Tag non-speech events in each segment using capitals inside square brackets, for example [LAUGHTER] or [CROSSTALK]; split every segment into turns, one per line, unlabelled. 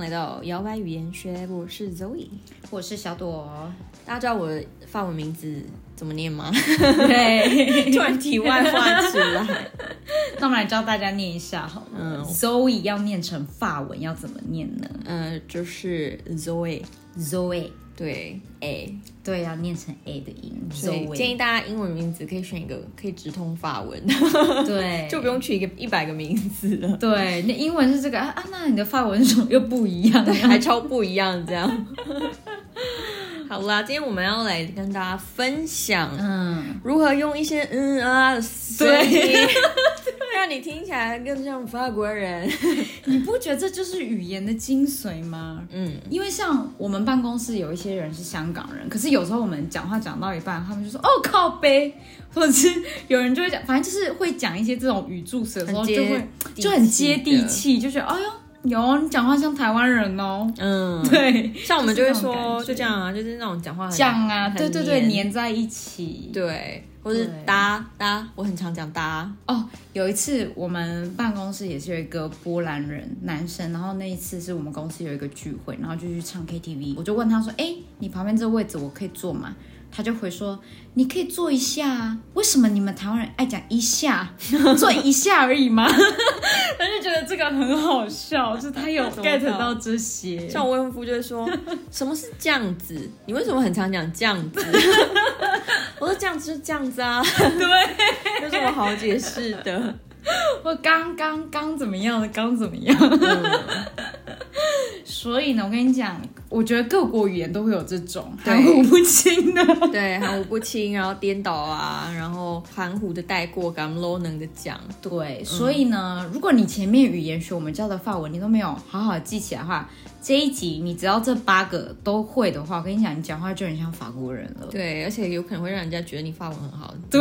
来到摇摆语言学，我是 Zoe。
我是小朵，哦
大家知道我的法文名字怎么念
[LAUGHS]
吗？
对，
突然题外话出
[LAUGHS]
来，
那我们来教大家念一下好了。Zoe 要念成法文要怎么念呢
呃，就是 Zoe，
？Zoe，
对，A，
对，要念成 a 的音。
所以
Zoe，
建议大家英文名字可以选一个可以直通法文的，
[LAUGHS] 对，
就不用取一个一百个名字
[LAUGHS]
了，
对，那英文是这个啊，啊那你的法文怎么又不一样？
还超不一样这样。 [LAUGHS] 好啦，今天我们要来跟大家分享
嗯，
如何用一些嗯啊的声音， [LAUGHS] 让你听起来更像法国人。
你不觉得这就是语言的精髓吗？
嗯，
因为像我们办公室有一些人是香港人，可是有时候我们讲话讲到一半，他们就说“哦靠背”，或者是有人就会讲，反正就是会讲一些这种语助词的时候，
很
就
接
会
地气
就很接地
的
气，就觉得“哎呦，有你讲话像台湾人哦”，
嗯，
对，
像我们就会
就是那种感
说
觉
就这样啊，就是那种讲话很
酱啊，
很
对对对，
黏
粘在一起。
对，或是
对
搭搭，我很常讲搭，
哦，有一次我们办公室也是有一个波兰人男生，然后那一次是我们公司有一个聚会，然后就去唱 KTV，我就问他说：“哎，你旁边这位置我可以坐吗？”他就回说：“你可以坐一下啊，为什么你们台湾人爱讲一下， [LAUGHS] 坐一下而已吗？” [LAUGHS] 他就觉得这个很好笑，就是他
[LAUGHS]
有
怎么
get
搞
到这些，
像我未婚夫就会说
[LAUGHS]
什么是酱子，你为什么很常讲酱
[LAUGHS]
子？我说酱子就酱子啊，
对，
有什么好解释的？
我刚刚刚怎么样的，刚怎么样。
嗯
[LAUGHS] 所以呢，我跟你讲，我觉得各国语言都会有这种
对
含糊不清的。
对，含糊不清，然后颠倒啊，然后含糊的带过，敢 low 能的讲。
[LAUGHS] 对，所以呢，如果你前面语言学我们教的法文你都没有好好记起来的话，这一集你只要这八个都会的话，我跟你讲，你讲话就很像法国人了。
对，而且有可能会让人家觉得你法文很好，
[LAUGHS] 对，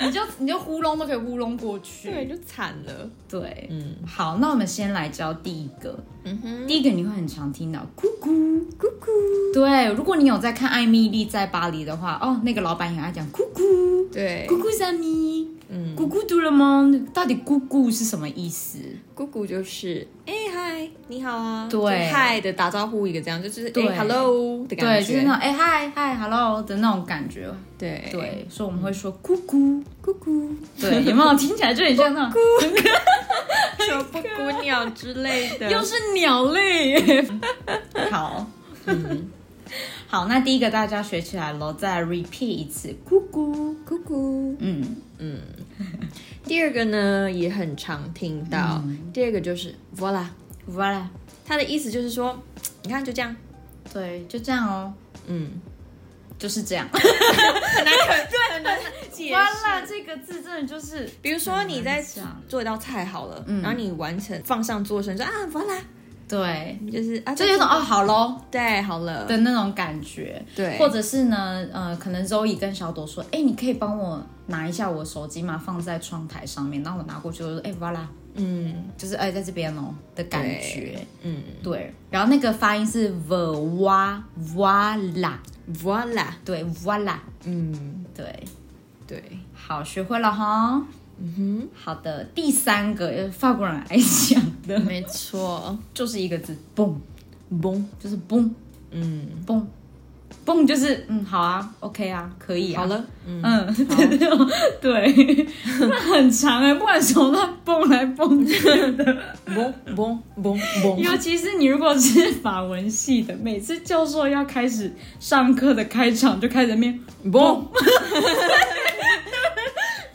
[LAUGHS] 你就你就糊弄都可以糊弄过去。
对，就惨了。
对
嗯
好，那我们先来教第一个，
嗯哼，
第一个你会很常听到咕咕咕咕。对，如果你有在看《艾米丽在巴黎》的话，哦，那个老板也爱讲咕咕
对，
咕咕三咪，
嗯，
咕咕嘟了吗？到底咕咕是什么意思？
姑姑就是哎嗨、你好啊，
对
就嗨的打招呼一个这样，就是哎、
对
hello 的感
对，
觉，
就是那种哎嗨嗨 hello 的那种感觉。
对
对，所以我们会说咕咕。
姑姑
对，有没有听起来就很像那 [LAUGHS] 种？
说布谷鸟之类 [LAUGHS] 的，
又是鸟类耶。好，好，那第一个大家学起来喽，再 repeat 一次咕咕。
姑姑。
嗯，
第二个呢也很常听到，
嗯
第二个就是 voila，
完了，
它的意思就是说，你看就这样，
对，就这样哦，
嗯，
就是 [LAUGHS] 这样。
很难对很难解释。
完了，这个字真的就是
比如说你在
很难讲
做一道菜好了，
嗯
然后你完成放上桌身说啊，voila，
对，
就是啊，
就有种哦好喽
对好了，
的那种感觉。
对，
或者是呢，呃，可能 Zoe 跟小朵说，哎、你可以帮我拿一下我手机吗？放在窗台上面，然后我拿过去，我就说，哎、voilà，
嗯
就是哎、在这边哦的感觉，
嗯
对然后那个发音是 voila voila，
，voila，
对 voila，
嗯，
对，
对，
好，学会了哈。嗯哼，好的，第三个呃法国人爱讲的
没错
就是一个字，嘣，
，bon，
就是嘣
嗯，
嘣嘣，就是嗯，好啊，OK 啊，可以啊，
好了，嗯，
[LAUGHS] 嗯，对那种对，那很长哎、 [LAUGHS] 不管什么乱蹦来蹦去的，
bon bon bon bon，
[LAUGHS] 尤其是你如果是法文系的，每次教授要开始上课的开场就开始面 [LAUGHS]
bon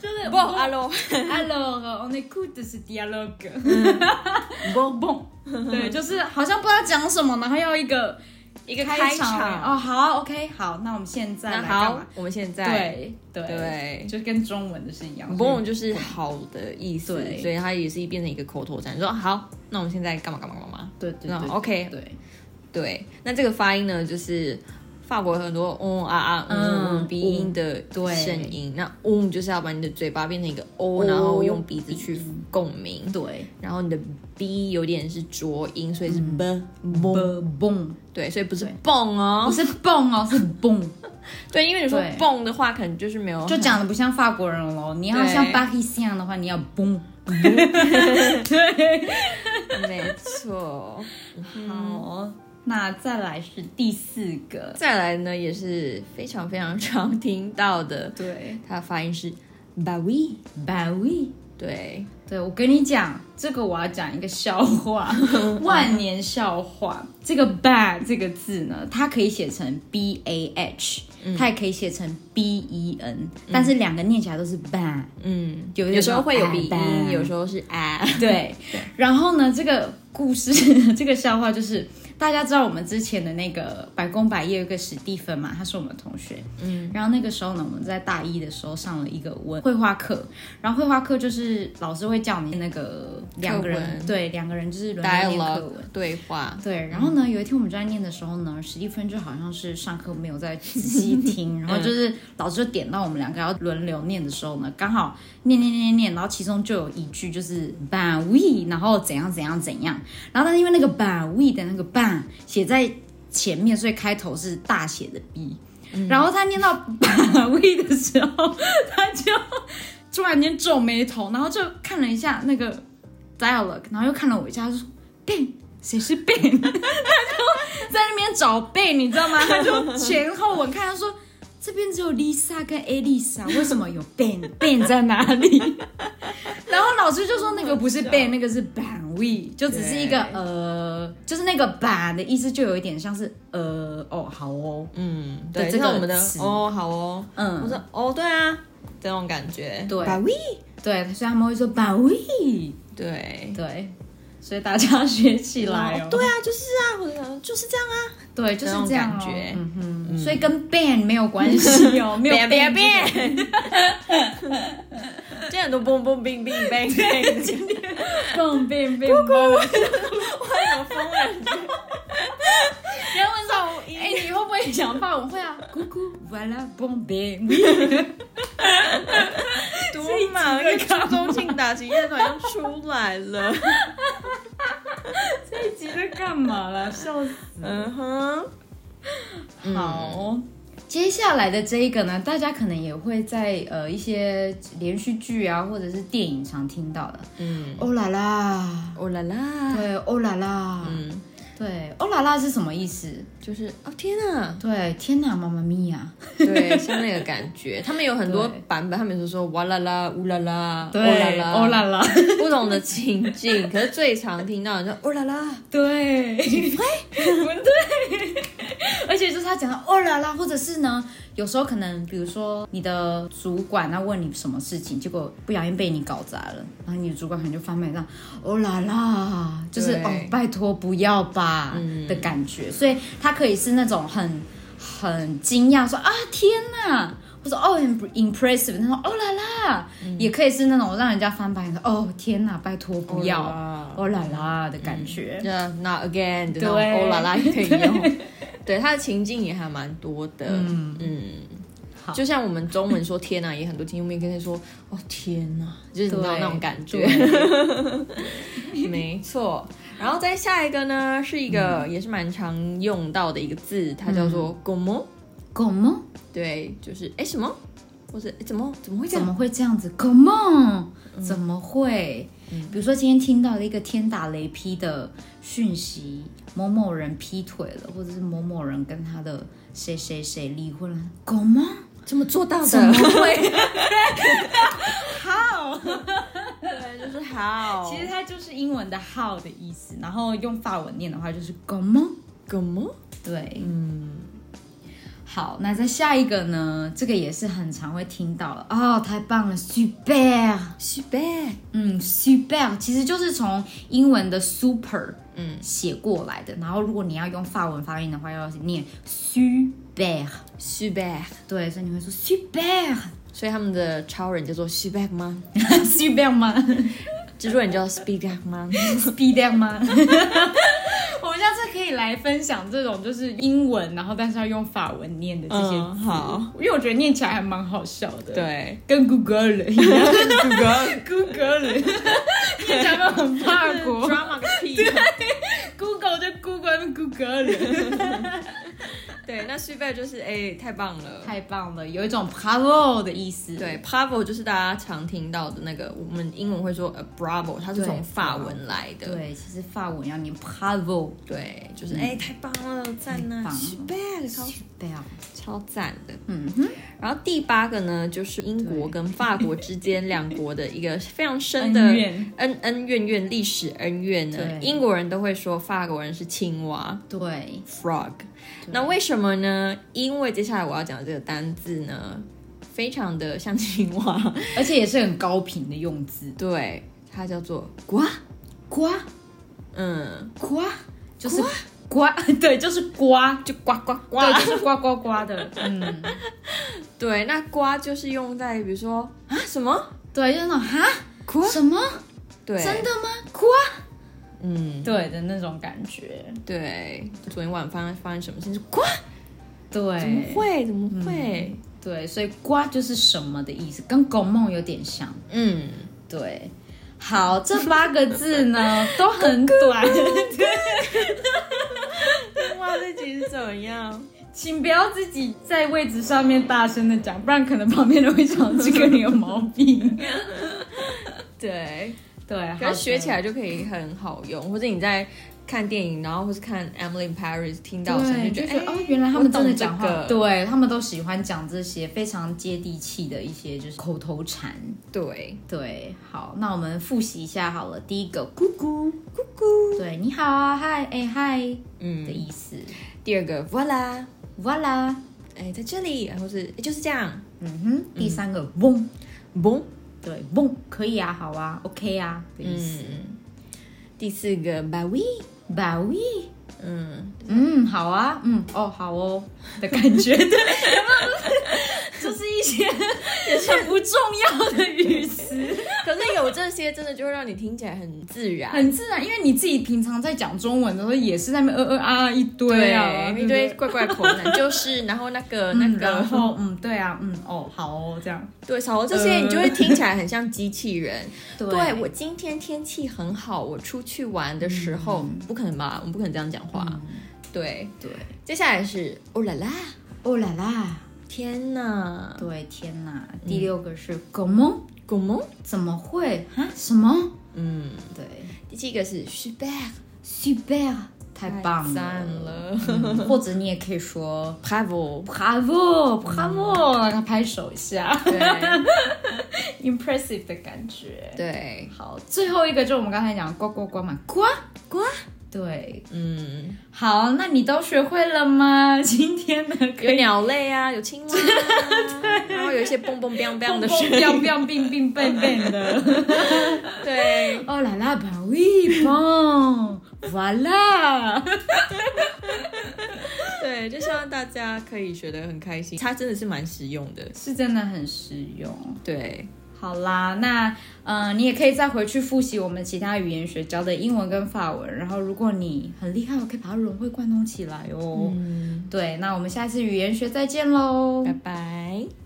就是蹦
bon allo
，alors on écoute ce dialogue，嗯 [LAUGHS]
bon bon，
对，就是好像不知道讲什么，然后要一个
一个
开
场，
哦，好，OK，好，那我们现在
那
来干嘛
好？，我们现在
对对
对
就跟中文的是一样。
bon 就是好的意思，
对
所以它也是变成一个口头禅，说好，那我们现在干嘛干嘛干嘛，
对对
那
对
OK，
对。
对，那这个发音呢，就是法国有很多嗯啊啊嗯
嗯
鼻音的
对
声音。那嗯就是要把你的嘴巴变成一个
哦
o，然后用鼻子去共鸣。
对
然后你的 b 有点是浊音，所以是 b b。
b boom，
嗯对，所以不是
对
蹦
不
哦。
是蹦哦，是 boom，
对，因为你说
对
蹦的话，可能就是没有 [LAUGHS]
就讲的不像法国人喽。你要
对
像巴黎西样的话，你要 boom。对，
没错。
好，那再来是第四个，
再来呢，也是非常非常常听到的，
对，
它的发音是 “bawi”。
百味。
对，
对，我跟你讲，这个我要讲一个笑
[LAUGHS]
话，万年笑话。这个 bad 这个字呢，它可以写成 b a h，、它也
嗯
可以写成 b e n，、但是两个念起来都是 bad。
嗯，
有
有时候会有鼻
点
音，有时
候
候是啊， [LAUGHS]
对。然后呢，这个故事 [LAUGHS] 这个笑话就是。大家知道我们之前的那个百工百业有一个史蒂芬嘛，他是我们同学。嗯，然后那个时候呢，我们在大一的时候上了一个文绘画课，然后绘画课就是老师会叫你那个两个
课
人，
文
对，两个人 [LAUGHS] 就是轮流念课
dialogue
文。
对话，
对，然后呢，有一天我们就在念的时候呢，史蒂芬就好像是上课没有在仔细听，然后就是老师就点到我们两个要轮流念的时候呢，刚好念念念念念，然后其中就有一句就是 ban we，然后怎样怎样怎样，然后但是因为那个 ban we 的那个 ban 写在前面，所以开头是大写的 B，、然后他念到 ban we 的时候，他就突然间皱眉头，然后就看了一下那个 dialogue，然后又看了我一下，他就说 ben。谁是 Ben？他 [LAUGHS] 就在那边找 Ben，你知道吗？他就前后文看，他说这边只有 Lisa 跟 Elisa，为什么有 Ben？Ben 在哪里？ [LAUGHS] 然后老师就说那个不是 Ben，那个是 ban we，就只是一个
对
呃，就是那个 ban 的意思就有一点像是呃哦好哦，
嗯，对，就
对这个
像我们的
词
哦，好哦，
嗯
我说哦，对啊，这种感觉，
对
bawi，
对，所以他们会说 ban we，
对。
对，所以大家 [LAUGHS] 要学起来哦，
对啊，就是啊，我就想就是这样啊，
[LAUGHS] 对，就是
种
这样、哦、
感觉
嗯哼，所以跟 ban 没有关
[LAUGHS]
系哦，没有
别别
ban
别，现在很多蹦蹦冰冰 bang bang，
蹦
[LAUGHS]
变变蹦。
有疯人
然后问说：“
噪音
哎、你会不会想法？”我会啊，姑姑，voilà bon ben。
[LAUGHS] 多嘛，因为高中性打击乐团要出来了，
这一集在干嘛啦？笑死！
嗯哼，嗯
好，接下来的这一个呢，大家可能也会在呃一些连续剧啊，或者是电影常听到的。
嗯，
欧啦啦，
哦啦啦，
对，欧啦啦，
嗯，
对，欧啦啦是什么意思？
就是哦天啊，
对，天哪，妈妈咪呀！
对，像那个感觉，他们有很多
对
版本，他们就说哇啦啦，呜啦啦，哦啦
对，
啦，
欧啦啦，
[LAUGHS] 不同的情境，可是最常听到的就哦啦啦，
对，而且就是他讲到哦啦啦，或者是呢，有时候可能比如说你的主管他问你什么事情，结果不小心被你搞砸了，然后你的主管可能就翻白眼，哦啦啦，就是
对嗯
哦拜托不要吧、的感觉，所以他可以是那种很很惊讶说啊天哪。或者哦很 impressive 那种哦啦啦，
嗯
也可以是那种让人家翻白眼说哦天哪，拜托不要
哦啦啦
哦啦啦的感觉。
就 not again 的那
对
种哦啦啦也可以 [LAUGHS] 用，对，它的情境也还蛮多的，嗯
好
就像我们中文说天呐、啊也很多听众们跟他说哦天呐、就是你知道
对
那种感觉， [LAUGHS] 没错。然后再下一个呢，是一个、也是蛮常用到的一个字，它叫做 “gomo”，、
狗吗？
对，就是哎什么，或是哎怎么怎么会这
怎
样？嗯
么会这样子？Come on，、怎么会？比如说今天听到了一个天打雷劈的讯息，某某人劈腿了，或者是某某人跟他的谁谁谁离婚了，Come on，
怎么做到
怎么
的？
会？
[LAUGHS] 对，就是好。
其实它就是英文的 how 的意思，然后用法文念的话就是 Come on。
gomo，
对，
嗯，
好，那再下一个呢？这个也是很常会听到了哦，太棒了，super。
西贝，
嗯，super 其实就是从英文的 super
嗯
嗯写过来的，然后如果你要用法文发音的话，要念 super，
西贝。
对，所以你会说 [LAUGHS] super
所以他们的超人叫做 s h i b a k m a n
super 吗
蜘蛛人叫 Speedback
[LAUGHS]
吗？
？speed 吗？ [LAUGHS] 我们下次可以来分享这种就是英文，然后但是要用法文念的这些字，
嗯好，
因为我觉得念起来还蛮好笑的，，
对，
跟 Google 一 [LAUGHS] 样，Google [LAUGHS] 念起来很法国
drama 个屁！
Google 就 Google 跟 Google 了。
对，那 super 就是哎、太棒了。
太棒了，有一种 bravo 的意思。
对，bravo 就是大家常听到的那个，我们英文会说呃 bravo，它是
对
从法文来的。
对，其实法文要念 bravo，
对，就是哎、太棒了，赞呐、
太棒了
s u p e r 超
对啊，
超赞的。
嗯哼，
然后第八个呢，就是英国跟法国之间两国的一个非常深的
恩怨
恩恩怨怨历史恩怨呢
对。
英国人都会说法国人是青蛙
对，
（frog），那为什么呢？因为接下来我要讲的这个单字呢，非常的像青
[LAUGHS]
蛙，
而且也是很高频的用字，
对，它叫做瓜，
瓜
嗯，
瓜就是瓜， [LAUGHS] 对，就是瓜，就呱呱呱，对， [LAUGHS] 就是呱呱呱的，嗯，
对，那瓜就是用在比如说啊什么，
对，就是那种哈什么
对，
真的吗？瓜，
嗯，
对的那种感觉，
对，昨天晚上发生什么事情？瓜，怎么
对，
会？怎么会？
对，所以瓜就是什么的意思，跟拱梦有点像。
嗯，
对，好，这八个字 [LAUGHS] 呢都很短，
哇，这集是怎么样？
请不要自己在位置上面大声的讲，不然可能旁边人会想这个你有毛病。
[LAUGHS] 对，
[LAUGHS] 对，
可
好
是学起来就可以很好用，或者你在看电影，然后或是看 Emily in Paris 听到的声
对，
音，
就
就
觉
觉
得、
得哎、
哦，原来他们真的讲话，
我懂这个
对他们都喜欢讲这些非常接地气的一些就是口头禅。
对，
对，好，那我们复习一下好了。第一个，咕咕咕咕，对，你好啊，嗨，哎嗨的
嗯。
意思。
第二个 Voila，
Voila，
哎，在这里，或是哎就是这样
嗯哼。第三个，嗡。
，boom，
对，蹦可以啊，好啊，OK 啊的意思。
嗯。第四个 b a w i
把喂，
嗯，
嗯，好啊，嗯，哦，好哦的感觉， [LAUGHS] 对，就是一些很不重要的语词，
可是有这些真的就会让你听起来很自然，
[LAUGHS] 很自然，因为你自己平常在讲中文的时候也是在那边呃呃啊啊一堆啊，
一
不
堆。怪怪口难，就是然后那个那
嗯，然
个，
后嗯，对啊，嗯，哦，好哦，这样，
对，少了这些，你就会听起来很像机器人。
嗯对
对我今天天气很好，我出去玩的时候，
嗯
不可能吧？我们不可能这样讲话。对，
对，
接下来是哦啦啦，
哦啦啦，嗯
天哪，
对，天哪，第六个是狗萌，
狗萌，
怎么会啊？什么？
嗯，
对，
第七个是 super，
super，太棒
赞
了。
了
嗯或者你也可以说
，bravo，
bravo bravo，让他拍手一下
对
[LAUGHS] ，impressive 的感觉。
对，
好，最后一个就我们刚才讲呱呱呱嘛，呱呱。对，
嗯，
好，那你都学会了吗？ [LAUGHS] 今天的
有鸟类啊，有青蛙啊， [LAUGHS] 然后有一些蹦蹦蹦蹦的声音，
彪彪冰冰笨笨的，
[LAUGHS] 对。
[LAUGHS] 哦啦啦吧喂嘣，voila，
对，就希望大家可以学得很开心，它真的是蛮实用的。
[LAUGHS] 是真的很实用。
对，
好啦，那呃，你也可以再回去复习我们其他语言学教的英文跟法文，然后如果你很厉害，我可以把它融会贯通起来哦。
嗯，
对，那我们下次语言学再见喽，
拜拜。